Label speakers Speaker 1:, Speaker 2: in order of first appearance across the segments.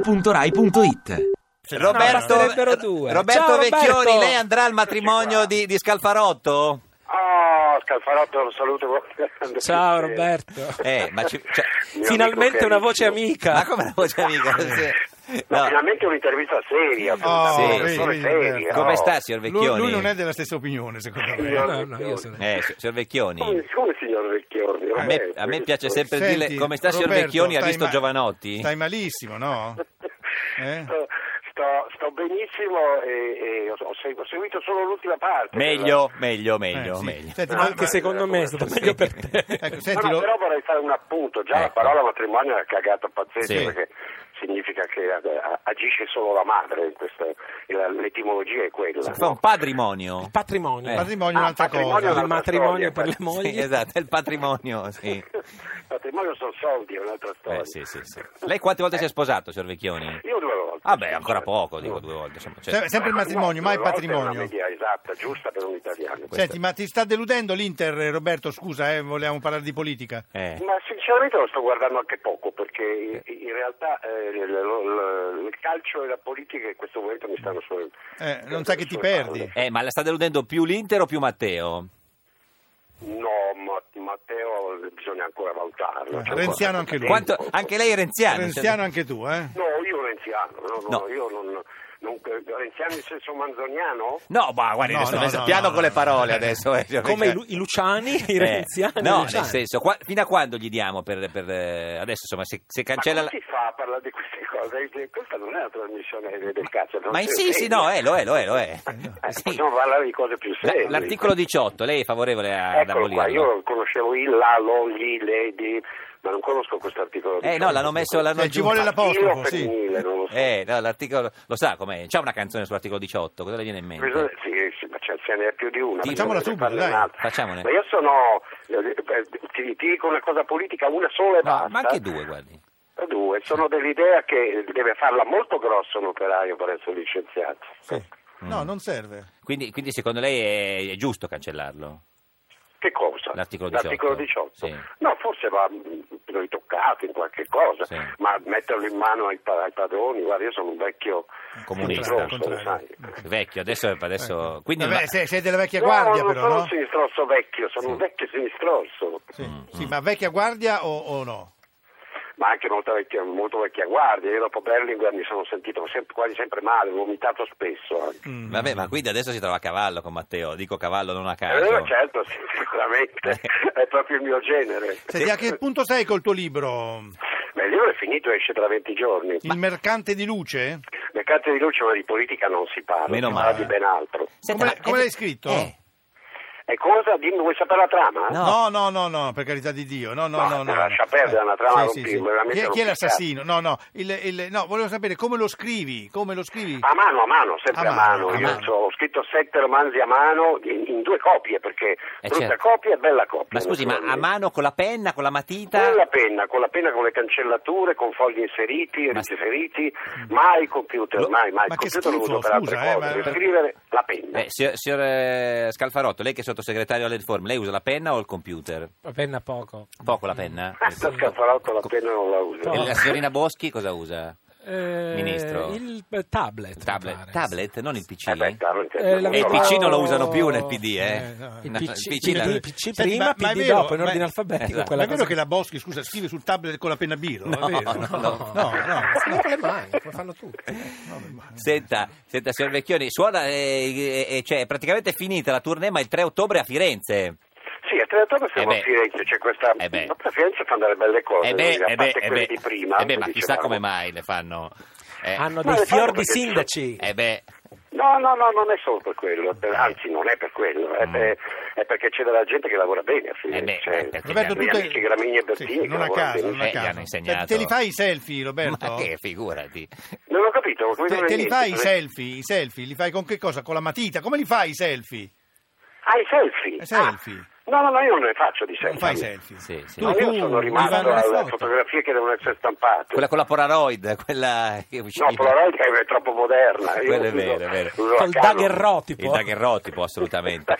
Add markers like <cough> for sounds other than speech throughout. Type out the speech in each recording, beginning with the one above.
Speaker 1: radio2pod.rai.it
Speaker 2: Roberto,
Speaker 3: No, sarebbero due.
Speaker 2: Roberto
Speaker 3: Ciao, Roberto!
Speaker 2: Vecchioni, lei andrà al matrimonio di, di Scalfarotto?
Speaker 4: Oh, Scalfarotto, un saluto. <laughs>
Speaker 3: Ciao Roberto.
Speaker 2: Eh, ma ci- cioè-
Speaker 4: Mio amico
Speaker 3: Finalmente
Speaker 4: che
Speaker 3: una
Speaker 4: è
Speaker 3: voce
Speaker 4: amico.
Speaker 3: amica.
Speaker 2: Ma come la voce amica? Sì.
Speaker 4: No,
Speaker 2: No.
Speaker 4: finalmente un'intervista seria.
Speaker 5: Oh,
Speaker 4: sì,
Speaker 2: vedi,
Speaker 5: vedi,
Speaker 4: seria.
Speaker 5: Roberto.
Speaker 2: Come sta, signor
Speaker 5: Lui,
Speaker 2: Vecchioni?
Speaker 5: lui non è della stessa opinione, secondo me.
Speaker 4: Io-
Speaker 3: No, no, io sono-
Speaker 2: Eh, si- signor Vecchioni.
Speaker 4: Come, come signor Vecchioni?
Speaker 2: A me, a me piace
Speaker 4: <laughs>
Speaker 2: sempre
Speaker 5: Senti,
Speaker 2: dire come sta signor
Speaker 5: Roberto,
Speaker 2: Vecchioni, ha
Speaker 5: stai
Speaker 2: visto
Speaker 5: ma-
Speaker 2: Giovanotti?
Speaker 5: Stai malissimo, no? Eh?
Speaker 4: Sto, sto- sto benissimo e, e ho, ho segu- ho seguito solo l'ultima parte.
Speaker 2: Meglio, meglio, meglio,
Speaker 5: Eh, sì. <laughs>
Speaker 2: meglio.
Speaker 5: Senti, ma-
Speaker 3: Anche
Speaker 5: ma-
Speaker 3: secondo me è stato meglio per te.
Speaker 5: ecco,
Speaker 4: Della-
Speaker 5: senti,
Speaker 4: No, no,
Speaker 5: lo-
Speaker 4: però vorrei fare un appunto. Già la
Speaker 2: Ecco.
Speaker 4: parola matrimonio è una cagata pazzesca
Speaker 2: Sì.
Speaker 4: perché significa che eh, a- agisce solo la madre. in questa- la- l'etimologia è quella.
Speaker 2: Si fa un patrimonio.
Speaker 3: Patrimonio.
Speaker 2: Eh.
Speaker 5: matrimonio è
Speaker 4: Ah,
Speaker 5: un'altra
Speaker 4: matrimonio è
Speaker 5: cosa.
Speaker 3: Il
Speaker 4: un'altra
Speaker 3: matrimonio
Speaker 4: storia,
Speaker 3: per le
Speaker 4: questa.
Speaker 3: mogli.
Speaker 2: Sì, esatto, è il patrimonio, sì.
Speaker 4: <laughs> Matrimonio sono soldi, è un'altra storia.
Speaker 2: Eh, sì, sì, sì. Lei quante volte si è sposato, signor Vecchioni?
Speaker 4: Io due volte.
Speaker 2: Ah beh, ancora poco, dico due volte. insomma, cioè-
Speaker 5: Se- sempre il matrimonio,
Speaker 4: No,
Speaker 5: mai
Speaker 4: due volte è Una
Speaker 5: patrimonio.
Speaker 4: media esatta, giusta per un italiano.
Speaker 5: Senti, ma ti sta deludendo l'Inter, eh, Roberto? Scusa, eh, volevamo parlare di politica.
Speaker 2: Eh.
Speaker 4: Ma sinceramente lo sto guardando anche poco perché in- in realtà eh, il, lo- lo- il calcio e la politica in questo momento mi stanno sulle
Speaker 5: Eh, non sa che ti
Speaker 4: sulle
Speaker 5: perdi.
Speaker 2: Eh, ma la sta deludendo più l'Inter o più Matteo?
Speaker 4: palle. No, ma- Matteo bisogna ancora valutarlo.
Speaker 5: Eh,
Speaker 4: Cioè,
Speaker 5: Renziano
Speaker 4: guarda,
Speaker 5: anche lui.
Speaker 2: Quanto- anche lei è renziano.
Speaker 5: Renziano
Speaker 2: cioè-
Speaker 5: anche tu, eh?
Speaker 4: No, io Renziano, no, no,
Speaker 2: No.
Speaker 4: io non, non- Renziano in senso manzoniano?
Speaker 2: No, ma guardi,
Speaker 5: No,
Speaker 2: adesso
Speaker 5: no,
Speaker 2: adesso
Speaker 5: no,
Speaker 2: piano
Speaker 5: no,
Speaker 2: con le
Speaker 5: no.
Speaker 2: parole adesso. eh, signor
Speaker 3: Come i, Lu-
Speaker 2: Vecchioni.
Speaker 3: i Luciani, i
Speaker 2: Eh,
Speaker 3: Renziani. i
Speaker 2: no,
Speaker 3: Luciani.
Speaker 2: nel senso, qua- fino a quando gli diamo per, per, eh, adesso? Insomma, se, se cancella
Speaker 4: Ma
Speaker 2: la...
Speaker 4: come si fa a parlare di queste cose? Eh, Questa non è una trasmissione del calcio. non
Speaker 2: Ma
Speaker 4: c'è
Speaker 2: sì, sì,
Speaker 4: tempo.
Speaker 2: no, eh, lo è, lo è, lo è.
Speaker 4: Eh,
Speaker 2: Sì.
Speaker 4: Possiamo parlare di cose più
Speaker 2: La-
Speaker 4: serie.
Speaker 2: L'articolo 18, lei è favorevole a- ad
Speaker 4: Eccolo Ecco qua,
Speaker 2: abolirlo?
Speaker 4: io conoscevo il la, lo, gli, le, di, ma non conosco questo articolo.
Speaker 2: Eh no, l'hanno messo, l'hanno
Speaker 5: Cioè, ci
Speaker 2: aggiunto.
Speaker 5: vuole la- l'apostrofo,
Speaker 4: Io
Speaker 5: sì.
Speaker 4: femminile, non lo so.
Speaker 2: Eh, no, l'articolo... Lo sa com'è? C'è una canzone sull'articolo 18, cosa le viene in mente?
Speaker 4: Bisogna- sì, sì, ma cioè, ce ce n'è più di una.
Speaker 2: Sì,
Speaker 4: bisogna
Speaker 5: facciamola subito,
Speaker 4: farne
Speaker 5: dai.
Speaker 4: un'altra.
Speaker 2: Facciamone.
Speaker 4: Ma io sono, eh, eh, ti, ti dico una cosa politica, una sola
Speaker 2: No,
Speaker 4: e Eh, basta.
Speaker 2: ma anche due, guardi.
Speaker 4: Due, sono dell'idea che deve farla molto grosso un operaio per essere licenziato.
Speaker 2: Mm.
Speaker 5: No, non serve.
Speaker 2: Quindi, quindi secondo lei è- è giusto cancellarlo?
Speaker 4: Che cosa?
Speaker 2: L'articolo 18.
Speaker 4: L'articolo 18.
Speaker 2: Sì.
Speaker 4: No, forse va mh, ritoccato in qualche cosa,
Speaker 2: Sì.
Speaker 4: ma metterlo in mano ai, pa- ai padroni, guarda, io sono un vecchio
Speaker 2: Comunista.
Speaker 4: sinistrosso, lo sai.
Speaker 2: Vecchio, adesso, adesso
Speaker 5: Ecco.
Speaker 2: quindi
Speaker 5: Vabbè,
Speaker 2: ma-
Speaker 5: sei, sei della vecchia
Speaker 4: No,
Speaker 5: guardia,
Speaker 4: non
Speaker 5: però,
Speaker 4: sono
Speaker 5: no?
Speaker 4: un sinistrosso vecchio, sono un vecchio sinistrosso,
Speaker 5: Sì.
Speaker 2: Mm,
Speaker 5: Sì, ma vecchia guardia o, o no?
Speaker 4: ma anche molto vecchia, molto vecchia guardia. Io dopo Berlinguer mi sono sentito sempre- quasi sempre male, ho vomitato spesso anche.
Speaker 5: Mm.
Speaker 2: vabbè, ma quindi adesso si trova a cavallo con Matteo, dico cavallo non a
Speaker 4: Eh,
Speaker 2: caso.
Speaker 4: certo, sì,
Speaker 2: <laughs>
Speaker 4: sicuramente, è proprio il mio genere.
Speaker 5: Senti, a che punto sei col tuo libro?
Speaker 4: Beh, il libro è finito, esce tra 20 giorni.
Speaker 5: Il mercante di luce?
Speaker 4: Le carte di luce, ma di politica non si parla,
Speaker 2: Meno
Speaker 4: si parla
Speaker 2: male.
Speaker 4: di ben altro.
Speaker 2: Senta,
Speaker 5: come
Speaker 2: ma-
Speaker 5: come
Speaker 2: eh,
Speaker 5: l'hai scritto?
Speaker 2: eh,
Speaker 4: E cosa? Dimmi, vuoi sapere la trama?
Speaker 2: No.
Speaker 5: No, no, no, no, per carità di Dio, no, no, no.
Speaker 4: No,
Speaker 5: no.
Speaker 4: lascia perdere, è una trama,
Speaker 5: sì,
Speaker 4: non
Speaker 5: sì,
Speaker 4: film,
Speaker 5: sì.
Speaker 4: veramente
Speaker 5: Chi, è-
Speaker 4: non
Speaker 5: chi è
Speaker 4: si sa.
Speaker 5: l'assassino? No, no, il, il- no, volevo sapere come lo scrivi, come lo scrivi?
Speaker 4: A mano, a mano, sempre
Speaker 5: A
Speaker 4: a
Speaker 5: mano,
Speaker 4: mano.
Speaker 5: a
Speaker 4: Io
Speaker 5: mano.
Speaker 4: so, ho scritto sette romanzi a mano in, in due copie, perché
Speaker 2: Eh,
Speaker 4: brutta
Speaker 2: certo.
Speaker 4: copia e bella copia.
Speaker 2: Ma scusi, ma a
Speaker 4: naturalmente.
Speaker 2: mano con la penna, con la matita?
Speaker 4: Con la penna, con la penna, con le cancellature, con fogli inseriti, e
Speaker 2: Ma-
Speaker 4: riferiti, mai computer,
Speaker 2: Lo-
Speaker 4: mai, mai.
Speaker 5: ma
Speaker 4: il
Speaker 5: che
Speaker 4: computer lo
Speaker 5: schifo,
Speaker 4: uso per altre
Speaker 5: scusa, eh,
Speaker 4: cose,
Speaker 5: ma-
Speaker 4: per scrivere la penna.
Speaker 2: Eh, signor, signor, eh, Scalfarotto, lei che è sottosegretario alle riforme, lei usa la penna o il computer?
Speaker 3: Penna poco.
Speaker 2: Poco la penna?
Speaker 4: <laughs> Ah, sto scaffarotto la penna non la uso. Eh,
Speaker 3: No.
Speaker 2: E la signorina Boschi cosa usa?
Speaker 3: Eh,
Speaker 2: Ministro.
Speaker 3: Il eh, tablet. mi
Speaker 2: Tablet,
Speaker 3: pare.
Speaker 2: tablet non il PC?
Speaker 4: Eh, beh, Carlo,
Speaker 3: Eh, la-
Speaker 2: E il
Speaker 3: però-
Speaker 2: PC non lo usano più nel PD, eh?
Speaker 5: Eh, no.
Speaker 3: Il
Speaker 2: No,
Speaker 3: PC,
Speaker 2: il
Speaker 3: il
Speaker 2: la-
Speaker 3: D- PC
Speaker 5: Senti,
Speaker 3: prima,
Speaker 5: ma- ma è
Speaker 3: PD
Speaker 5: vero,
Speaker 3: dopo, in
Speaker 5: ma-
Speaker 3: ordine alfabetico.
Speaker 2: esatto.
Speaker 5: Ma
Speaker 3: quella
Speaker 5: è vero
Speaker 3: cosa-
Speaker 5: che la Boschi, scusa, scrive sul tablet con la penna biro?
Speaker 2: No,
Speaker 5: è vero?
Speaker 2: no, no.
Speaker 5: no.
Speaker 3: Scrive con le mani, come fanno tutti.
Speaker 2: Senta, senta, signor Vecchioni, suona, eh, eh, eh, cioè, è praticamente finita la tournée, ma il 3 ottobre a Firenze.
Speaker 4: Sì, a Trenatore siamo
Speaker 2: Eh beh.
Speaker 4: a Firenze, c'è questa...
Speaker 2: Eh beh.
Speaker 4: a Firenze fanno delle belle cose,
Speaker 2: Eh
Speaker 4: voglio
Speaker 2: beh,
Speaker 4: dire, a
Speaker 2: eh beh,
Speaker 4: parte
Speaker 2: eh
Speaker 4: quelle
Speaker 2: beh,
Speaker 4: di prima.
Speaker 2: eh beh, ma
Speaker 4: che
Speaker 2: chissà
Speaker 4: dicevamo.
Speaker 2: come mai le fanno. Eh,
Speaker 3: Hanno
Speaker 4: Ma
Speaker 3: dei
Speaker 4: le fanno
Speaker 3: fior di
Speaker 4: perché ci sono-
Speaker 3: sindaci.
Speaker 2: eh beh,
Speaker 4: No, no, no, non è solo per quello, per- anzi non è per quello, è, per- è perché c'è della gente che lavora bene a
Speaker 2: Mm. Eh
Speaker 4: Firenze.
Speaker 2: beh, eh, perché
Speaker 5: Roberto, tu
Speaker 4: gli amici
Speaker 5: te...
Speaker 4: Gramigni e Bertini
Speaker 5: Sì,
Speaker 4: che
Speaker 5: non a
Speaker 4: lavorano
Speaker 5: caso,
Speaker 4: bene.
Speaker 5: non a
Speaker 2: Eh, gli
Speaker 5: caso.
Speaker 2: hanno insegnato.
Speaker 5: Te, te li fai i selfie, Roberto?
Speaker 3: Certo.
Speaker 2: ma che figurati.
Speaker 4: Non ho capito, come
Speaker 5: Te,
Speaker 4: non è
Speaker 5: te li
Speaker 4: niente,
Speaker 5: fai i
Speaker 4: come-
Speaker 5: selfie? I selfie li fai con che cosa? Con la matita? Come li fai i selfie?
Speaker 4: Ah, i selfie?
Speaker 5: I selfie.
Speaker 4: Ah, no, no, no, io non ne faccio di
Speaker 5: Non
Speaker 4: selfie.
Speaker 5: fai i selfie?
Speaker 2: Sì, sì.
Speaker 5: Tu,
Speaker 4: No, io
Speaker 5: tu,
Speaker 4: sono
Speaker 5: li
Speaker 4: rimasto
Speaker 5: vanno le
Speaker 4: alle
Speaker 5: foto.
Speaker 4: fotografie che devono essere stampate.
Speaker 2: Quella con la Polaroid, quella che usciva.
Speaker 4: No, Polaroid è troppo
Speaker 2: <laughs>
Speaker 4: moderna. io
Speaker 2: Quello è
Speaker 4: uso-
Speaker 2: vero, è vero.
Speaker 4: uso la
Speaker 3: Col
Speaker 4: Canon.
Speaker 3: daguerrotipo.
Speaker 4: <laughs>
Speaker 2: Il daguerrotipo, assolutamente.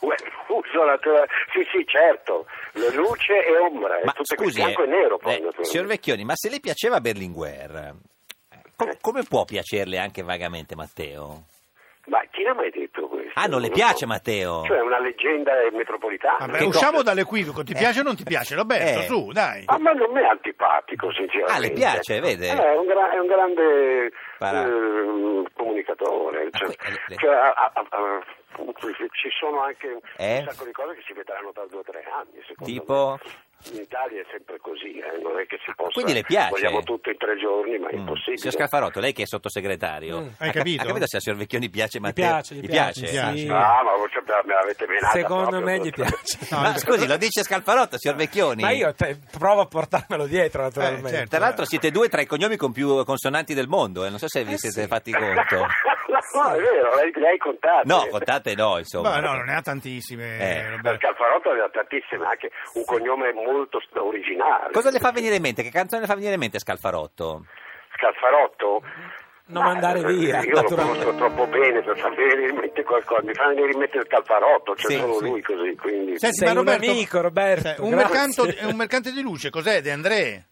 Speaker 4: Uè, uso mezzo, la tua- sì sì certo, le luce e ombra, è
Speaker 2: Ma
Speaker 4: tutto
Speaker 2: scusi,
Speaker 4: bianco
Speaker 2: eh,
Speaker 4: e nero cioè. poi
Speaker 2: eh,
Speaker 4: naturalmente.
Speaker 2: signor Vecchioni, ma se le piaceva Berlinguer, eh,
Speaker 4: Eh.
Speaker 2: co- come può piacerle anche vagamente Matteo?
Speaker 4: Ma chi l'ha mai detto questo?
Speaker 2: Ah, non le
Speaker 4: lo
Speaker 2: piace
Speaker 4: so.
Speaker 2: Matteo?
Speaker 4: Cioè è una leggenda eh, metropolitana.
Speaker 5: Vabbè,
Speaker 4: Che
Speaker 5: usciamo
Speaker 4: cosa-
Speaker 5: dall'equivoco,
Speaker 4: Eh.
Speaker 5: ti piace o non ti piace, Roberto?
Speaker 2: Eh.
Speaker 5: Su, dai.
Speaker 4: A me Ah, non mi è antipatico, sinceramente.
Speaker 2: Ah, le piace, vede?
Speaker 4: Eh, È un, gra- è un grande
Speaker 2: Parà.
Speaker 4: ehm, comunicatore.
Speaker 2: Ah,
Speaker 4: Cioè,
Speaker 2: que- le- le-
Speaker 4: cioè, a- a- a- a- ci sono anche
Speaker 2: Eh?
Speaker 4: un sacco di cose che si vedranno tra due o tre anni, secondo
Speaker 2: Tipo? Ah,
Speaker 4: me. In Italia è sempre così, eh, non è che si possa.
Speaker 2: quindi le piace?
Speaker 4: Vogliamo tutto in tre giorni, ma è
Speaker 2: Mm.
Speaker 4: impossibile.
Speaker 2: Signor Scalfarotto, lei che è sottosegretario,
Speaker 3: Mm.
Speaker 5: Hai
Speaker 2: ha,
Speaker 5: capito?
Speaker 2: ha capito se a signor Vecchioni piace
Speaker 3: Gli
Speaker 2: Matteo?
Speaker 3: piace, gli piace,
Speaker 5: piace?
Speaker 3: sì.
Speaker 4: Ah, ma voi sapete, me l'avete menata
Speaker 3: Secondo
Speaker 4: proprio.
Speaker 3: me gli piace.
Speaker 5: No,
Speaker 2: Ma
Speaker 5: no.
Speaker 2: scusi, lo dice Scalfarotto, signor Vecchioni?
Speaker 3: Ma io te- provo a portarmelo dietro, naturalmente.
Speaker 5: certo.
Speaker 2: Tra l'altro siete due tra i cognomi con più consonanti del mondo, eh, non so se vi
Speaker 3: Eh,
Speaker 2: siete
Speaker 3: sì.
Speaker 2: fatti conto.
Speaker 4: <laughs> no, è vero, lei, lei contate.
Speaker 2: No, contate no, insomma.
Speaker 5: Ma no, non ne ha tantissime,
Speaker 2: Eh.
Speaker 4: Per
Speaker 5: Roberto.
Speaker 4: Scalfarotto aveva tantissime, anche un cognome molto st- originale.
Speaker 2: Cosa le fa venire in mente? Che canzone le fa venire in mente Scalfarotto?
Speaker 4: Scalfarotto?
Speaker 3: Non
Speaker 4: Ma,
Speaker 3: andare
Speaker 4: eh,
Speaker 3: via,
Speaker 4: Io lo
Speaker 3: naturalmente.
Speaker 4: conosco troppo bene per far venire in mente qualcosa. Mi fa venire in mente Scalfarotto, c'è
Speaker 2: Sì,
Speaker 4: solo
Speaker 2: sì.
Speaker 4: lui così. Quindi...
Speaker 5: Senti,
Speaker 3: Sei
Speaker 5: ma
Speaker 3: un
Speaker 5: Roberto-
Speaker 3: amico, Roberto,
Speaker 5: Cioè, un,
Speaker 3: grazie.
Speaker 5: mercanto- è un mercante di luce, cos'è? De André?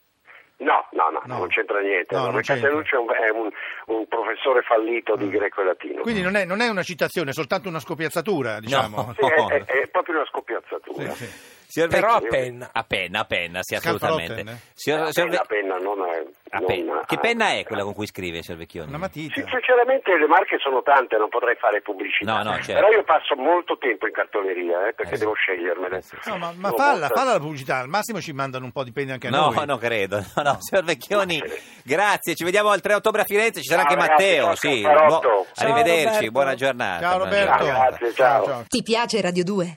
Speaker 4: No, no, no,
Speaker 5: No.
Speaker 4: non c'entra niente.
Speaker 5: No, non
Speaker 4: Riccardo
Speaker 5: c'entra.
Speaker 4: Luce è un, è un- un professore fallito di greco e latino.
Speaker 5: Quindi non è, non è una citazione, è soltanto una scopiazzatura, diciamo.
Speaker 2: No.
Speaker 4: Sì, è, è- è proprio una scopiazzatura.
Speaker 5: Sì, sì.
Speaker 2: Signor
Speaker 3: Però a
Speaker 2: Vecchioni-
Speaker 3: penna.
Speaker 2: A penna, a penna, sì,
Speaker 5: Scalfarotten,
Speaker 2: assolutamente.
Speaker 5: eh?
Speaker 2: Signor-
Speaker 4: La
Speaker 2: signor Ve-
Speaker 4: penna, penna, non è-
Speaker 2: a
Speaker 4: non
Speaker 2: penna.
Speaker 4: ha-
Speaker 2: Che penna è quella con cui scrive, signor Vecchioni?
Speaker 5: Una matita.
Speaker 4: Sì, sinceramente le marche sono tante, non potrei fare
Speaker 2: No,
Speaker 4: pubblicità.
Speaker 2: no, certo.
Speaker 4: Però io passo molto tempo in cartoleria, eh, perché
Speaker 2: Eh, sì.
Speaker 4: devo scegliermele.
Speaker 2: Eh, sì, sì.
Speaker 5: No, ma, ma
Speaker 4: Sono
Speaker 5: falla,
Speaker 4: molto-
Speaker 5: falla la pubblicità, al massimo ci mandano un po', dipende anche a
Speaker 2: No,
Speaker 5: noi.
Speaker 2: non credo. No, no, signor Vecchioni,
Speaker 4: No, sì.
Speaker 2: grazie. Ci vediamo il 3 ottobre a Firenze. Ci sarà
Speaker 4: Ciao,
Speaker 2: anche
Speaker 4: ragazzi,
Speaker 2: Matteo.
Speaker 4: Ah, ciao,
Speaker 2: Sì,
Speaker 4: Scalfarotto.
Speaker 3: Ciao,
Speaker 2: arrivederci,
Speaker 3: Roberto.
Speaker 2: buona giornata.
Speaker 5: Ciao
Speaker 2: buona
Speaker 5: Roberto.
Speaker 2: giornata.
Speaker 4: Grazie, ciao.
Speaker 5: ciao.
Speaker 1: Ti piace Radio 2?